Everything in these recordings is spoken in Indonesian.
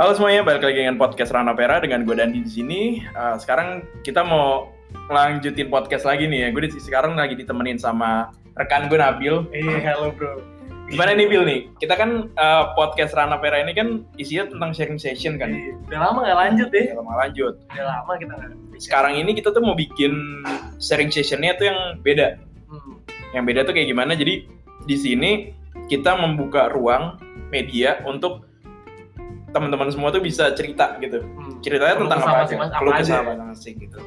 Halo semuanya, balik lagi dengan podcast Rana Pera dengan gue Dandi di sini. Eh, sekarang kita mau lanjutin podcast lagi nih ya. Gue di- sekarang lagi ditemenin sama rekan gue Nabil. Iya, halo bro. Gimana nih Bil nih? Kita kan eh, podcast Rana Pera ini kan isinya tentang sharing session kan. Iya, Udah lama nggak lanjut deh. Kita mau lanjut. Udah lama kita nggak. Sekarang ini kita tuh mau bikin sharing sessionnya tuh yang beda. Hmm. yang beda tuh kayak gimana jadi di sini kita membuka ruang media untuk teman-teman semua tuh bisa cerita gitu hmm. ceritanya Keluh tentang kesah apa aja masing-masing, Keluh apa kesah aja. masing-masing gitu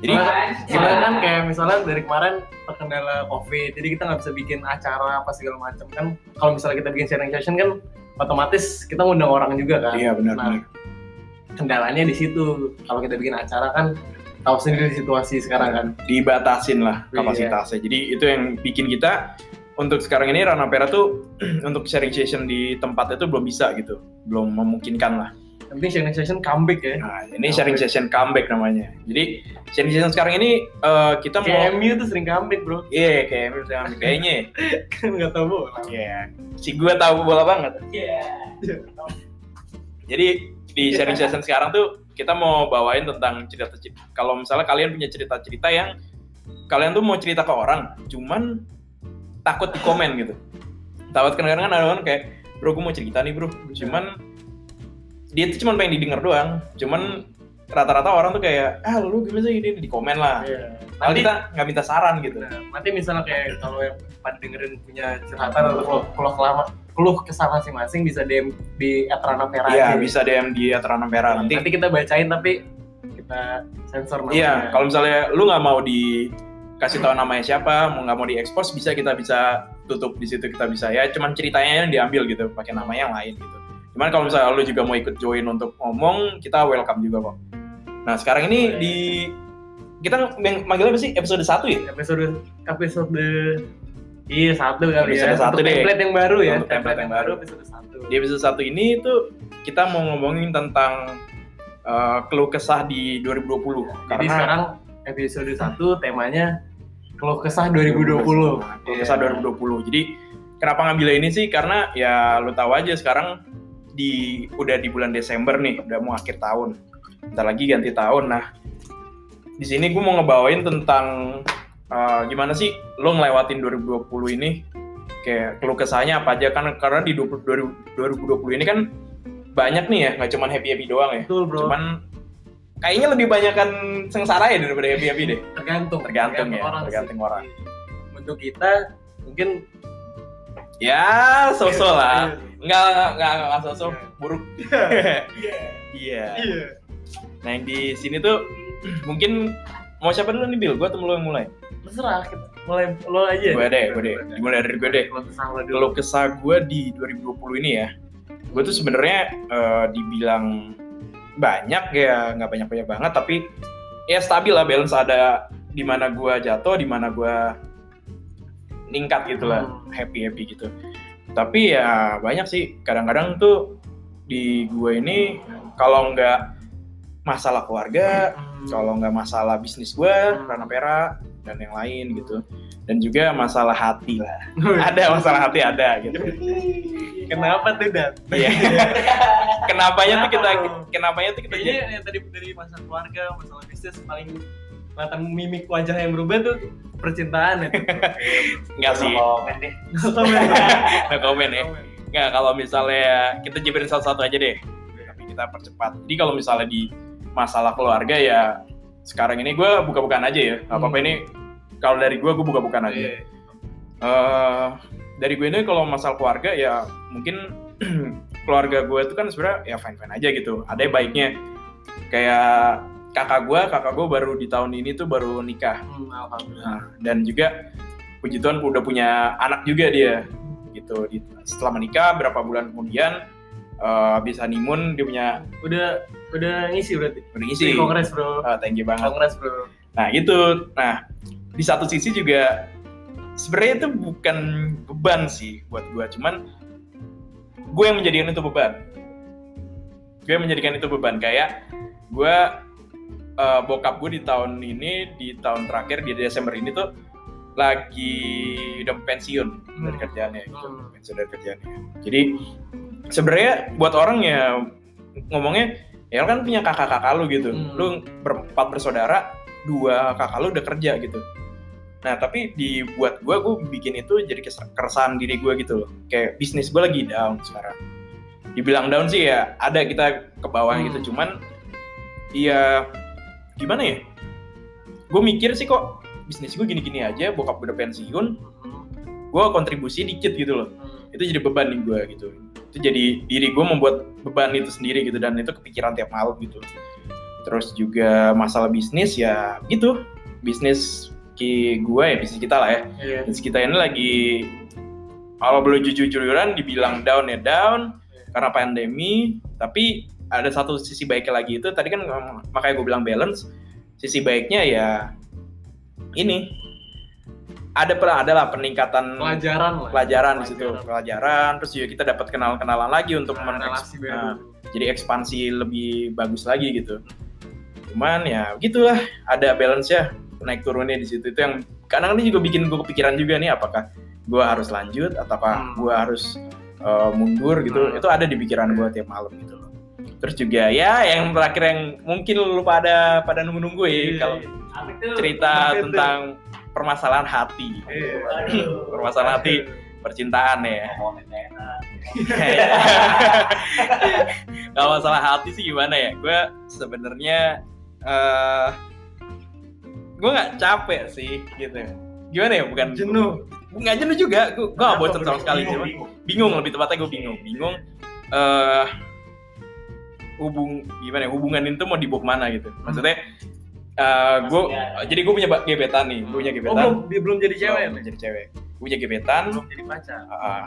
jadi Soalnya- soalnya kan kayak misalnya dari kemarin terkendala covid, jadi kita nggak bisa bikin acara apa segala macam kan. Kalau misalnya kita bikin sharing session kan otomatis kita ngundang orang juga kan. iya benar Nah, kendalanya di situ. Kalau kita bikin acara kan tahu sendiri situasi sekarang kan. dibatasin lah Iya. kapasitasnya jadi itu yang bikin kita untuk sekarang ini Rana Pera tuh untuk sharing session di tempat itu belum bisa gitu belum memungkinkan lah Yang penting sharing session comeback ya. nah ini sharing session comeback namanya jadi sharing session sekarang ini eh, kita mau Kayak MU tuh sering comeback bro. iya kayak misalnya kayaknya ya. Kan nggak tahu bola. Iya, si gue tahu bola banget. Jadi di sharing session sekarang tuh kita mau bawain tentang cerita-cerita. Kalau misalnya kalian punya cerita-cerita yang kalian tuh mau cerita ke orang, cuman takut di komen gitu. Takut kadang-kadang kan ada orang kayak, bro gue mau cerita nih bro, cuman dia tuh cuman pengen didengar doang. Cuman rata-rata orang tuh kayak, ah lu gimana sih ini di komen lah. Iya. Kalau Nanti- kita nggak minta saran gitu. Nah, nanti misalnya kayak kalau yang pada dengerin punya curhatan atau keluh- keluh Nah, kelama keluh kesah masing-masing bisa DM di Atrana Pera Iya aja. bisa DM di Atrana Merah nanti, nanti. nanti kita bacain tapi kita sensor namanya. Iya, kalau misalnya lu nggak mau dikasih tahu namanya siapa, mau nggak mau diekspos, bisa kita bisa tutup di situ kita bisa ya. Cuman ceritanya yang diambil gitu, pakai nama yang lain gitu. Cuman kalau misalnya lu juga mau ikut join untuk ngomong, kita welcome juga kok. Nah sekarang ini di kita meng- manggilnya apa sih episode 1 ya? episode episode iya satu kali Episode ya. satu Untuk deh. template yang baru ya. Untuk template yang baru. episode satu. Di episode 1 ini itu kita mau ngomongin tentang eh, keluh kesah di 2020. Jadi sekarang episode satu temanya keluh kesah 2020. Kalau kesah 2020. Jadi kenapa ngambil ini sih? Karena ya lu tahu aja sekarang di udah di bulan Desember nih, udah mau akhir tahun. Bentar lagi ganti tahun. Nah, di sini gue mau ngebawain tentang eh, gimana sih lo ngelewatin 2020 ini kayak keluh kesahnya apa aja kan karena di 20, 2020 ini kan banyak nih ya nggak cuman happy happy doang ya Iya. Betul, Bro. cuman kayaknya lebih banyakan sengsara ya daripada happy happy deh tergantung Tergantung ya, tergantung sih. orang. Untuk kita mungkin ya sosok lah Iya. Enggak, enggak, enggak, enggak, enggak sosok buruk. Iya. Iya. Nah, yang di sini tuh mungkin mau siapa dulu nih, Bill? Gua atau lo yang mulai? Terserah kita mulai lo aja. Gue deh, gue Iya. deh. Dimulai dari gue deh. Lo terserah lo dulu. Kalau kesah gue di 2020 ini ya, gue tuh sebenarnya eh, dibilang banyak ya, nggak banyak-banyak banget, tapi ya stabil lah balance ada di mana gue jatuh, di mana gue ningkat gitu lah. happy happy gitu tapi ya banyak sih kadang-kadang tuh di gue ini kalau nggak masalah keluarga Hmm. kalau nggak masalah bisnis gue Rana Pera dan yang lain gitu dan juga masalah hati lah Hmm. ada masalah hati ada gitu Kenapa tuh Dan? Iya. kenapanya tuh kita Kenapa Iya. tuh? kenapanya tuh kita Kayaknya yang tadi dari masalah keluarga, masalah bisnis paling kelihatan mimik wajah yang berubah tuh percintaan ya. nggak Iya sih Komen deh. no komen ya nggak kalau misalnya kita jabarin satu-satu aja deh tapi kita percepat jadi kalau misalnya di masalah keluarga ya sekarang ini gue buka-bukaan aja ya nggak apa-apa Hmm. ini kalau dari gue gue buka-bukaan aja Iya. Eh, dari gue ini kalau masalah keluarga ya mungkin keluarga gue itu kan sebenarnya ya fine fine aja gitu ada yang baiknya kayak kakak gue kakak gue baru di tahun ini tuh baru nikah Hmm, Alhamdulillah. Nah, dan juga puji Tuhan udah punya anak juga dia gitu Di- setelah menikah berapa bulan kemudian eh habis honeymoon dia punya Udah udah ngisi berarti. berisi Kongres, Bro. Ah, thank you banget Kongres, Bro. nah gitu nah di satu sisi juga sebenarnya itu bukan beban sih buat gua cuman gue yang menjadikan itu beban gue yang menjadikan itu beban kayak gue eh, bokap gue di tahun ini di tahun terakhir di Desember ini tuh lagi udah pensiun dari Hmm. kerjaannya gitu Hmm. pensiun dari kerjaannya jadi sebenarnya buat orang ya ngomongnya ya lu kan punya kakak-kakak lu gitu Hmm. lu berempat bersaudara dua kakak lu udah kerja gitu nah tapi dibuat gue gue bikin itu jadi kes- keresahan diri gue gitu loh kayak bisnis gue lagi down sekarang dibilang down sih ya ada kita ke bawah Hmm. gitu cuman iya gimana ya gue mikir sih kok bisnis gue gini-gini aja bokap gue udah pensiun Hmm. gue kontribusi dikit gitu loh itu jadi beban nih gue gitu itu jadi diri gue membuat beban itu sendiri gitu dan itu kepikiran tiap malam gitu terus juga masalah bisnis ya gitu bisnis ki gue ya bisnis kita lah ya Iya. bisnis kita ini lagi kalau belum jujur-jujuran dibilang down ya down karena pandemi tapi ada satu sisi baiknya lagi itu tadi kan ngom- makanya gue bilang balance sisi baiknya ya ini ada pernah ada lah peningkatan Pelajaran lah. pelajaran di situ pelajaran terus juga kita dapat kenal-kenalan lagi untuk Nah, meneks- relasi nah, baru. jadi ekspansi lebih bagus lagi gitu cuman ya gitulah ada balance ya naik turunnya di situ itu yang kadang ini juga bikin gue kepikiran juga nih apakah gue harus lanjut ataukah Hmm. gue harus uh, mundur gitu Hmm. itu ada di pikiran gue tiap malam gitu loh terus juga ya yang terakhir yang mungkin lu pada pada nunggu-nunggu ya Iya, kalau iya. Asik tuh. cerita Asik tuh. tentang permasalahan hati Iya. permasalahan hati percintaan ya Ngomongin enak. kalau masalah hati sih gimana ya gue sebenarnya eh gue nggak capek sih gitu gimana ya bukan Jenuh. nggak jenuh juga gue gue nggak bosan sama sekali Bingung, cuman bingung. bingung lebih tepatnya gue bingung bingung eh hubung gimana ya hubungan itu mau dibawa kemana gitu maksudnya eh gue Maksudnya- jadi gue punya ba- gebetan nih gue punya Oh, gebetan belum, dia belum jadi cewek Gua nih. jadi cewek gue punya gebetan Belum jadi pacar. Ah, ah.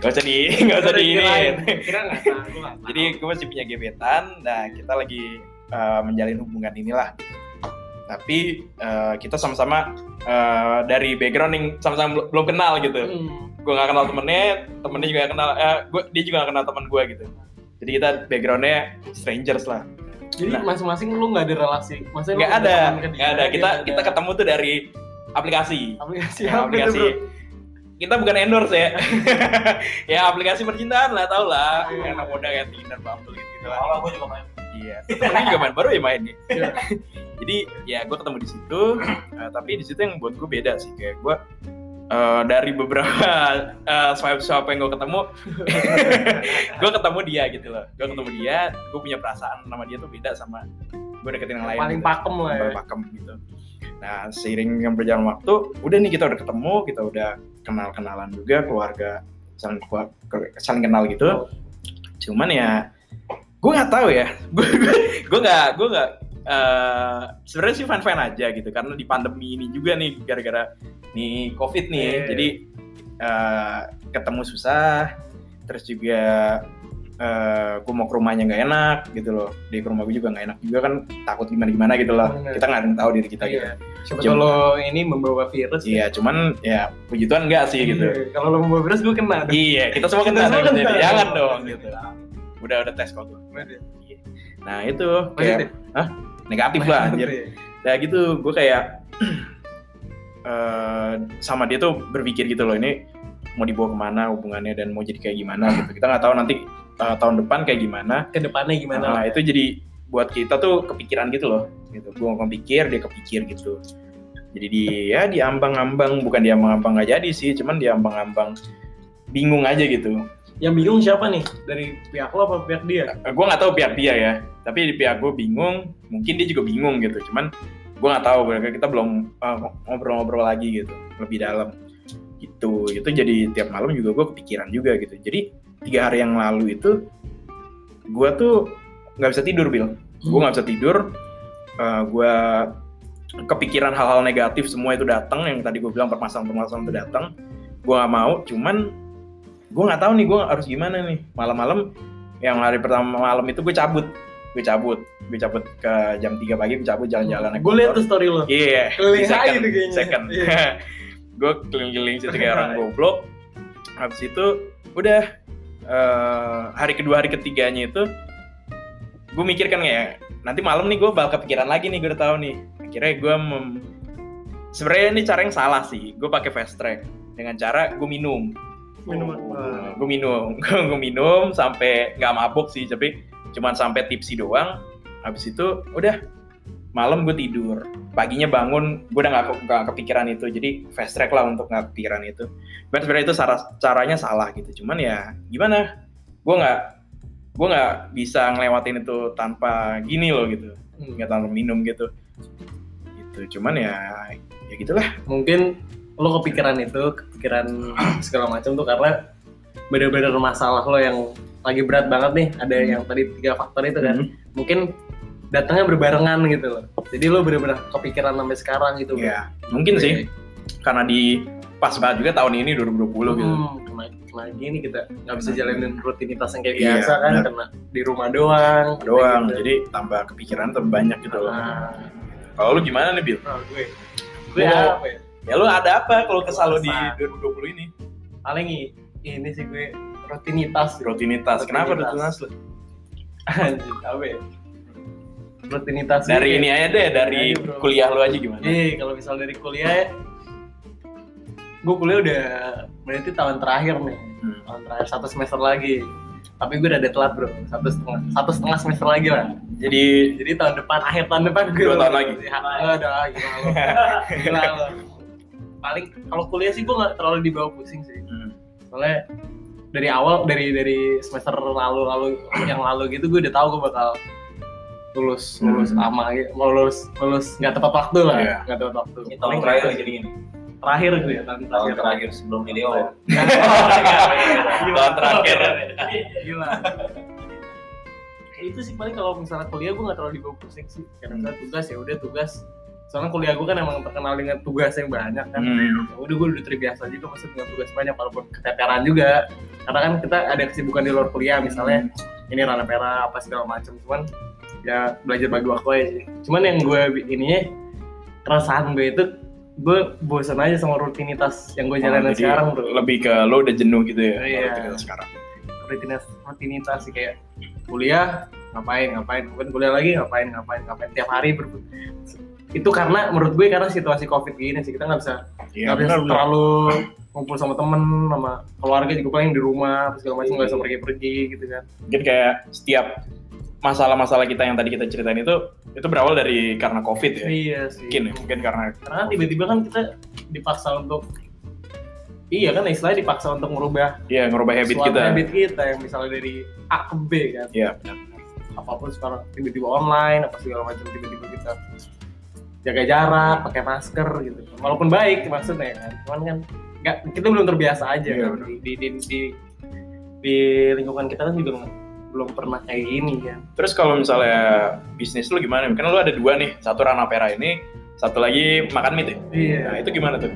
Gak usah di, gak usah di ini. Kirain. Kira nggak tahu, gua nggak tahu. Jadi gitu. gue masih punya gebetan, nah kita lagi eh, menjalin hubungan inilah. Tapi eh, kita sama-sama eh, dari background yang sama-sama bel- belum kenal gitu. Hmm. Gue nggak kenal temennya, temennya juga nggak kenal, eh, gua- dia juga nggak kenal teman gue gitu. Jadi kita backgroundnya strangers lah. Jadi Nah. masing-masing lu nggak ada relasi. Maksudnya lu Nggak ada, teman ke dia, nggak ada. dia Kita nggak kita ketemu tuh dari aplikasi. aplikasi Ya, apa itu, aplikasi. bro? Kita bukan endorse ya. ya aplikasi percintaan lah tau lah. Iya. Anak muda kayak Tinder, Bumble gitu lah. Kalau gue juga main. Iya. Temennya juga main baru ya main nih. Iya. Jadi ya gue ketemu di situ. eh, tapi di situ yang buat gue beda sih kayak gue eh, dari beberapa swipe swipe yang gue ketemu, gue ketemu dia gitu loh. Gue ketemu dia, gue punya perasaan sama dia tuh beda sama gue deketin yang lain. Paling gitu pakem lah ya. paling pakem gitu. Nah, seiring dengan berjalan waktu, udah nih kita udah ketemu, kita udah kenal-kenalan juga keluarga saling kua- ke- saling kenal gitu. Cuman ya gue nggak tahu ya. Gue gue nggak gue nggak eh, sebenarnya sih fan-fan aja gitu karena di pandemi ini juga nih gara-gara nih covid nih Iya. jadi eh, ketemu susah terus juga eh gue mau ke rumahnya nggak enak gitu loh di rumah gue juga nggak enak juga kan takut gimana gimana gitu loh Bener. kita nggak ada yang tahu diri kita Iya. gitu Siapa Jam- tahu lo ini membawa virus. iya cuman ya puji Tuhan enggak sih gitu Iya, Kalau lo membawa virus gue kena. dong. iya kita semua Kita kena semua dong, kena. jadi jangan dong gitu udah udah tes kok gua. Gimana deh? nah itu Lanjut kayak deh. negatif lah Lanjut anjir deh. nah gitu gue kayak eh sama dia tuh berpikir gitu loh ini mau dibawa kemana hubungannya dan mau jadi kayak gimana gitu kita nggak tahu nanti eh, tahun depan kayak gimana Kedepannya gimana? Nah, itu jadi buat kita tuh kepikiran gitu loh. Gitu. Gue kepikir, dia kepikir gitu. Jadi dia diambang-ambang, bukan diambang-ambang nggak jadi sih, cuman diambang-ambang bingung aja gitu. Yang bingung siapa nih? Dari pihak lo apa pihak dia? Gue nggak tahu pihak dia ya, tapi di pihak gue bingung, mungkin dia juga bingung gitu. Cuman gue nggak tahu, mereka- kita belum eh, ngobrol-ngobrol lagi gitu, lebih dalam gitu. Itu jadi tiap malam juga gue kepikiran juga gitu. Jadi tiga hari yang lalu itu gue tuh nggak bisa tidur bil. gue nggak bisa tidur eh, gue kepikiran hal-hal negatif semua itu datang yang tadi gue bilang permasalahan-permasalahan itu datang gue nggak mau cuman gue nggak tahu nih gue harus gimana nih malam-malam yang hari pertama malam itu gue cabut gue cabut gue cabut ke jam 3 pagi gue cabut jalan-jalan naik Gue liat motor. tuh story lo. iya Keliling di second, aja tuh kayaknya. second. Iya. gue keliling-keliling situ kayak orang goblok habis itu udah eh, hari kedua hari ketiganya itu gue mikir kan ya nanti malam nih gue bakal kepikiran lagi nih gue udah tahu nih akhirnya gue mem... sebenarnya ini cara yang salah sih gue pakai fast track dengan cara gue minum Minum eh, apa? gue minum gue minum sampai nggak mabuk sih tapi cuman sampai tipsi doang habis itu udah malam gue tidur paginya bangun gue udah nggak ke- nggak kepikiran itu jadi fast track lah untuk nggak kepikiran itu cuman sebenarnya itu sara- caranya salah gitu cuman ya gimana gue nggak gue nggak bisa ngelewatin itu tanpa gini loh gitu Hmm. nggak tanpa minum gitu gitu cuman ya ya gitulah mungkin lo kepikiran itu kepikiran segala macam tuh karena bener-bener masalah lo yang lagi berat banget nih ada Hmm. yang tadi tiga faktor itu kan mungkin datangnya berbarengan gitu loh jadi lo bener-bener kepikiran sampai sekarang gitu Bro. ya mungkin sih karena di pas banget juga tahun ini 2020 gitu Hmm, kena- kena gini kita nggak bisa Hmm. jalanin rutinitas yang kayak Iya, biasa kan benar. karena di rumah doang doang gitu. jadi tambah kepikiran tambah banyak gitu loh Ah, kalau lu gimana nih Bill ah, gue gue Lu- apa ya ya lu ada apa kalau kesal lu di Kesal. 2020 ini paling i- ini sih gue rutinitas bro rutinitas kenapa rutinitas Rutinitas. lu Anjing, apa ya? rutinitas dari gue. ini aja deh dari Ayo, bro. Iya. kuliah lu aja gimana Jadi kalau misal dari kuliah ya, gue kuliah udah berarti tahun terakhir nih, Hmm. tahun terakhir satu semester lagi. Tapi gue udah ada telat bro, satu setengah, satu setengah semester lagi lah. jadi Jadi tahun depan, akhir tahun depan gue Dua tahun lagi. Ya, eh, udah lagi gila lo. Paling kalau kuliah sih gue nggak terlalu dibawa pusing sih. hmm, Soalnya dari awal dari dari semester lalu lalu yang lalu gitu gue udah tahu gue bakal lulus lulus Hmm. lama gitu. mau lulus lulus nggak tepat waktu lah Iya. nggak tepat waktu Ini tahun terakhir jadi ini. terakhir gue ya tahun Tahun terakhir terakhir sebelum video. tahun terakhir gila itu sih paling kalau misalnya kuliah gue nggak terlalu dibawa pusing sih karena Hmm. misalnya tugas ya udah tugas soalnya kuliah gue kan emang terkenal dengan tugas yang banyak kan Hmm, Ya udah gue udah terbiasa juga masa dengan tugas banyak walaupun keteteran juga karena kan kita ada kesibukan di luar kuliah misalnya Hmm. ini ranah pera apa segala macam cuman ya belajar bagi waktu aja sih. cuman yang gue bi- ininya keresahan gue itu gue bosan aja sama rutinitas yang gue jalanin jadi sekarang bro lebih ke lu udah jenuh gitu ya Iya. rutinitas sekarang rutinitas rutinitas sih kayak kuliah ngapain ngapain bukan kuliah lagi ngapain ngapain ngapain tiap hari ber- itu karena menurut gue karena situasi covid gini sih kita nggak bisa iya nggak bisa terlalu ngumpul sama temen sama keluarga juga paling di rumah terus segala macam nggak bisa Iya. pergi-pergi gitu kan mungkin kayak setiap masalah-masalah kita yang tadi kita ceritain itu itu berawal dari karena covid ya iya sih mungkin ya mungkin karena karena kan tiba-tiba kan kita dipaksa untuk iya kan istilahnya dipaksa untuk merubah ya ngerubah habit suatu kita habit kita yang misalnya dari A ke B kan Iya, benar. apapun sekarang tiba-tiba online apa segala macam tiba-tiba kita jaga jarak pakai masker gitu walaupun baik maksudnya ya kan cuman kan nggak kita belum terbiasa aja Iya, kan. benar. di, di, di, di- di lingkungan kita kan juga belum pernah kayak gini kan Terus kalau misalnya bisnis lu gimana? Karena lu ada dua nih, satu Rana Pera ini, satu lagi makan mie. ya? iya Nah, itu gimana tuh?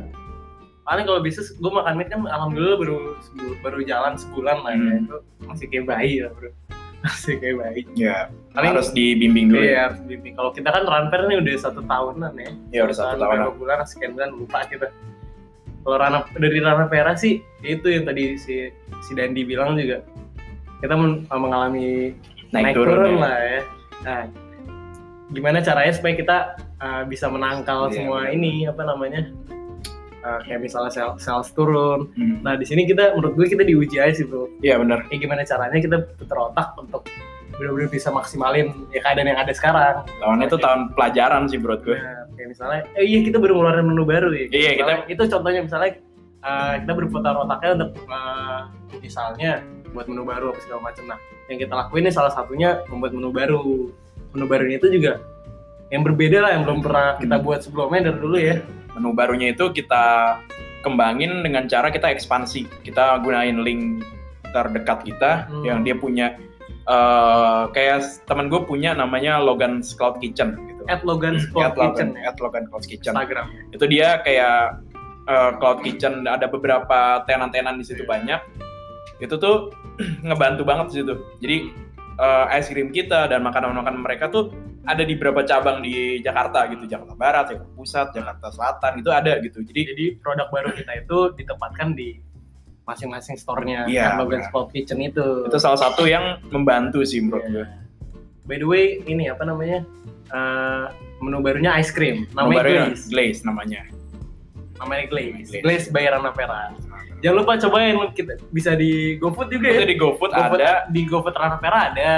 paling kalau bisnis gue makan mie kan alhamdulillah baru sebu- baru jalan sebulan lah ya. Hmm. itu masih kayak bayi lah bro masih kayak bayi Ya, Paling- harus dibimbing dulu. ya. Iya, harus bimbing. Kalau kita kan Ranper ini udah satu tahunan ya. Iya, udah satu tahunan. Berapa bulan, sekian bulan, lupa kita. Kalau Rana, dari Rana Vera sih, itu yang tadi si, si Dandi bilang juga. Kita men- ah, mengalami Naik, turun. ya. lah ya. Nah, gimana caranya supaya kita uh, bisa menangkal Iya, semua benar. ini, apa namanya, uh, kayak misalnya sales, sales turun. Hmm. Nah, di sini kita, menurut gue kita diuji aja sih, bro Iya benar. ya gimana caranya kita putar otak untuk benar-benar bisa maksimalin ya keadaan yang ada sekarang. Tahun itu tahun pelajaran sih menurut gue. Nah, kayak misalnya, eh, iya kita baru ngeluarin menu baru ya. Iya, Misalnya, itu contohnya misalnya eh, kita berputar otaknya untuk eh, misalnya buat menu baru apa segala macam. Nah, yang kita lakuin ini salah satunya membuat menu baru. Menu baru itu juga yang berbeda lah yang belum pernah kita Hmm. buat sebelumnya dari dulu ya. Menu barunya itu kita kembangin dengan cara kita ekspansi. Kita gunain link terdekat kita Hmm. yang dia punya eh kayak teman gue punya namanya Logan's Cloud Kitchen gitu. At Logan At Sport Logan, Kitchen ya. at Logan Cloud Kitchen. Instagram. itu dia kayak eh, cloud kitchen ada beberapa tenan-tenan di situ Iya. banyak itu tuh ngebantu banget di situ jadi eh, es krim kita dan makanan-makanan mereka tuh ada di beberapa cabang di Jakarta gitu Jakarta Barat Jakarta Pusat Jakarta Selatan itu ada gitu jadi Jadi produk baru kita itu ditempatkan di masing-masing store-nya Iya, At Logan benar. Sport Kitchen itu. itu salah satu yang membantu sih Iya, menurut gue By the way, ini apa namanya? Eh, menu barunya ice cream. Menu Namanya barunya Glaze. glaze namanya namanya Glaze Glaze. Glaze by Rana Pera jangan lupa cobain kita bisa di GoFood juga ya Itu di GoFood GoFood ada di GoFood Rana Pera ada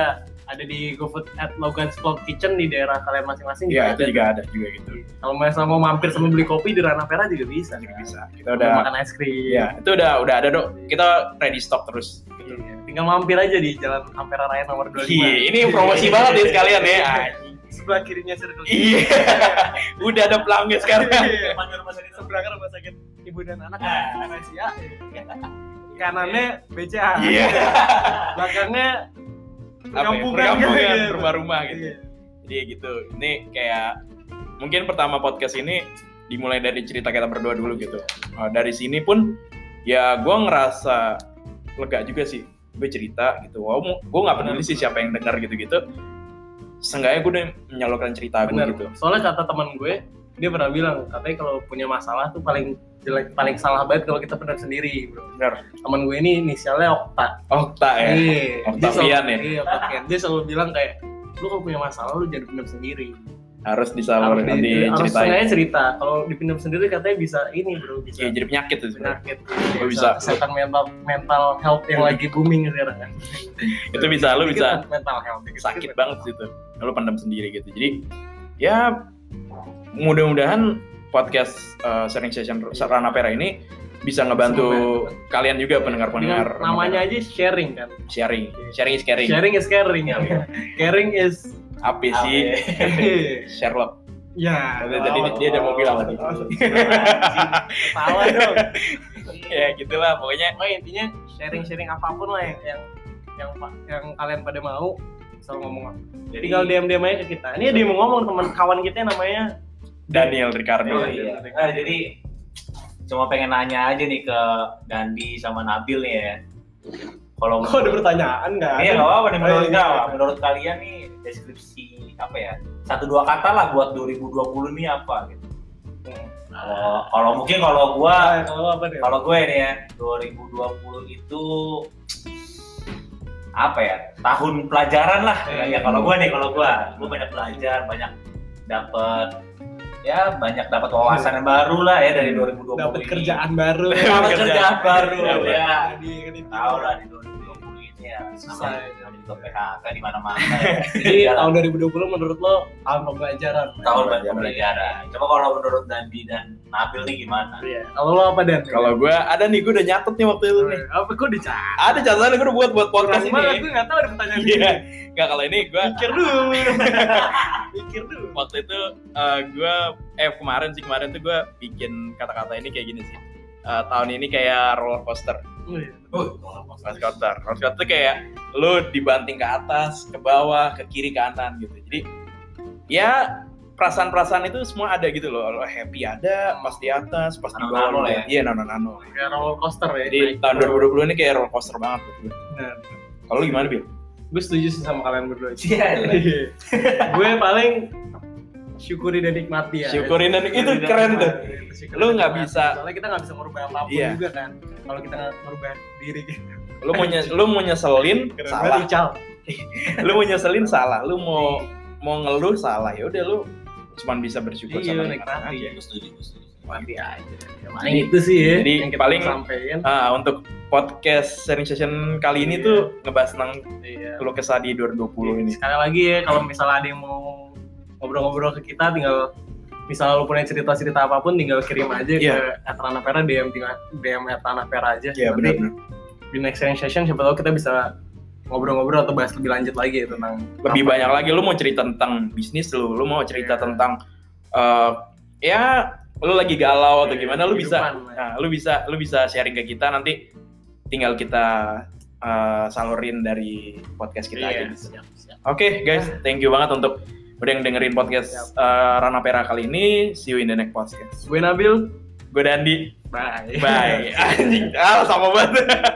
ada di GoFood at Logan's Cloud Kitchen di daerah kalian masing-masing Iya, juga itu juga ada juga gitu. ada. kalau misalnya mau mampir sambil beli kopi di Rana Pera juga bisa Jadi kan? bisa. Kita Sambil udah makan es krim Iya, itu udah udah ada, Dok. Kita ready stock terus. Iya, tinggal mampir aja di Jalan Ampera Raya nomor 25 Iya, ini promosi banget nih sekalian ya. anjing. sebelah kirinya Circle K. Iya. udah ada pelanggan sekarang. Nah. Iya, depannya rumah sakit seberangnya rumah sakit ibu dan anak Malaysia. Kanannya BCA. Iya. Belakangnya Apa ya? perkampungan Perkampungan, gitu. rumah-rumah gitu. Iya. Jadi gitu. Ini kayak mungkin pertama podcast ini dimulai dari cerita kita berdua dulu gitu. Eh, dari sini pun ya gue ngerasa lega juga sih. Gue cerita gitu. Wow, gue nggak peduli sih siapa yang dengar gitu-gitu. Seenggaknya gue udah menyalurkan cerita gue Bener. gitu. Soalnya kata teman gue, dia pernah bilang katanya kalau punya masalah tuh paling jelek paling salah banget kalau kita benar sendiri, bro. Bener. Teman gue ini inisialnya Okta. Okta ya. Iya. dia selalu- Octavian ya? Iya, Octavian. Dia selalu bilang kayak lu kalau punya masalah lu jadi pendam sendiri. Harus disalurin Harus nanti di- harus ceritain. sengaja cerita. Kalau dipendam sendiri katanya bisa ini bro, bisa ya. Iya, jadi penyakit itu sebenarnya. penyakit Gak bisa. kesehatan mental mental health yang lagi booming sekarang kan Itu bisa lu Dikit bisa lah mental health dikit-dikit sakit mental banget situ lalu pendam sendiri gitu jadi ya mudah-mudahan podcast uh, sharing session Rana Pera ini bisa ngebantu kalian juga health. Dengan pendengar-pendengar namanya aja sharing kan sharing sharing is caring sharing is caring ya caring is apa sih Sherlock ya Tadi- tadi dia ada mobil apa nih? salah dong ya gitulah pokoknya pokoknya intinya sharing sharing apapun lah yang yang yang, yang kalian pada mau selalu ngomong Jadi tinggal dm dm aja ke kita ini dia mau ngomong teman kawan kita yang namanya Daniel Ricardo Oh, iya. Nah, jadi cuma pengen nanya aja nih ke Dandi sama Nabil nih ya. Kalau kok ada pertanyaan nggak Iya, nggak apa-apa nih menurut Oh, iya. kalian. Menurut kalian nih deskripsi apa ya? Satu dua kata lah buat 2020 nih apa gitu. Kalau kalau mungkin kalau gua kalau apa deh kalau gue nih ya 2020 itu apa ya tahun pelajaran lah Eh, ya kalau gue nih kalau gue gue banyak belajar banyak dapat ya banyak dapat wawasan yang baru lah ya dari 2020 dapat ini. Iya. kerjaan baru dapat Kerjaan. kerjaan baru Dapat. ya Jadi tahu lah di 2020 ini ya Susah ya. Iya. namanya juga PHK di mana mana ya. Jadi tahun 2020 menurut lo tahun pembelajaran. tahun banyak pelajaran coba kalau menurut Dandi dan Nabil nih gimana Iya. Kalau lo apa dan? kalau gue ada nih gue udah nyatet nih waktu itu nih apa gue dicari? ada catatan gue udah buat buat podcast banget ini gue nggak tahu ada pertanyaan iya nggak kalau ini gue Mikir dulu. Mikir dulu. waktu itu gue eh kemarin sih kemarin tuh gue bikin kata-kata ini kayak gini sih Eh, tahun ini kayak roller coaster Uh. roller coaster roller coaster tuh kayak lu dibanting ke atas ke bawah ke kiri ke kanan gitu jadi ya perasaan-perasaan itu semua ada gitu loh Lo happy ada pas di atas pas di bawah lu- Nano-nano ya? gitu. iya nano nano Kayak roller coaster ya. jadi tahun 2020 ini kayak roller coaster banget gitu. kalau lu gimana bil Gue setuju sih sama kalian berdua. Iya, gue paling syukuri dan nikmati ya. syukurin dan itu keren tuh Syukurin Lu dan nggak nikmati. bisa- Soalnya kita nggak bisa merubah apapun Iya. juga kan. Kalau kita nggak merubah diri gitu. kita. lu mau nye- lu mau nyeselin Keren salah banget, Ical. lu mau nyeselin salah lu mau mau ngeluh salah ya udah lu cuman bisa bersyukur Iya, sama nikmat nikmati. aja. gue setuju gue setuju Mati aja. Ya, paling itu sih ya. Jadi yang kita paling- sampein. Ah, untuk podcast sharing session kali ini Iya. tuh ngebahas tentang Iya. keluh kesah di 2020 ini. Sekali lagi ya kalau misalnya ada yang mau ngobrol-ngobrol ke kita tinggal misalnya lu punya cerita-cerita apapun tinggal kirim aja Iya. ke Atrana Pera DM tinggal DM Atrana Pera aja. Iya, Nanti benar. Di next sharing session siapa tahu kita bisa ngobrol-ngobrol atau bahas lebih lanjut lagi ya tentang Lebih banyak lagi lu mau cerita tentang bisnis lu, lu mau Iya. cerita tentang eh, ya lu lagi galau Oh, atau gimana lu bisa Iya, Kehidupan, nah, lu bisa lu bisa sharing ke kita nanti tinggal kita eh, salurin dari podcast kita Iya. aja. Oke guys, thank you banget untuk udah yang dengerin podcast eh, Rana Pera kali ini. See you in the next podcast. Gue Nabil. Gue Dandi. Bye. Bye. Anjing, ah, sama banget.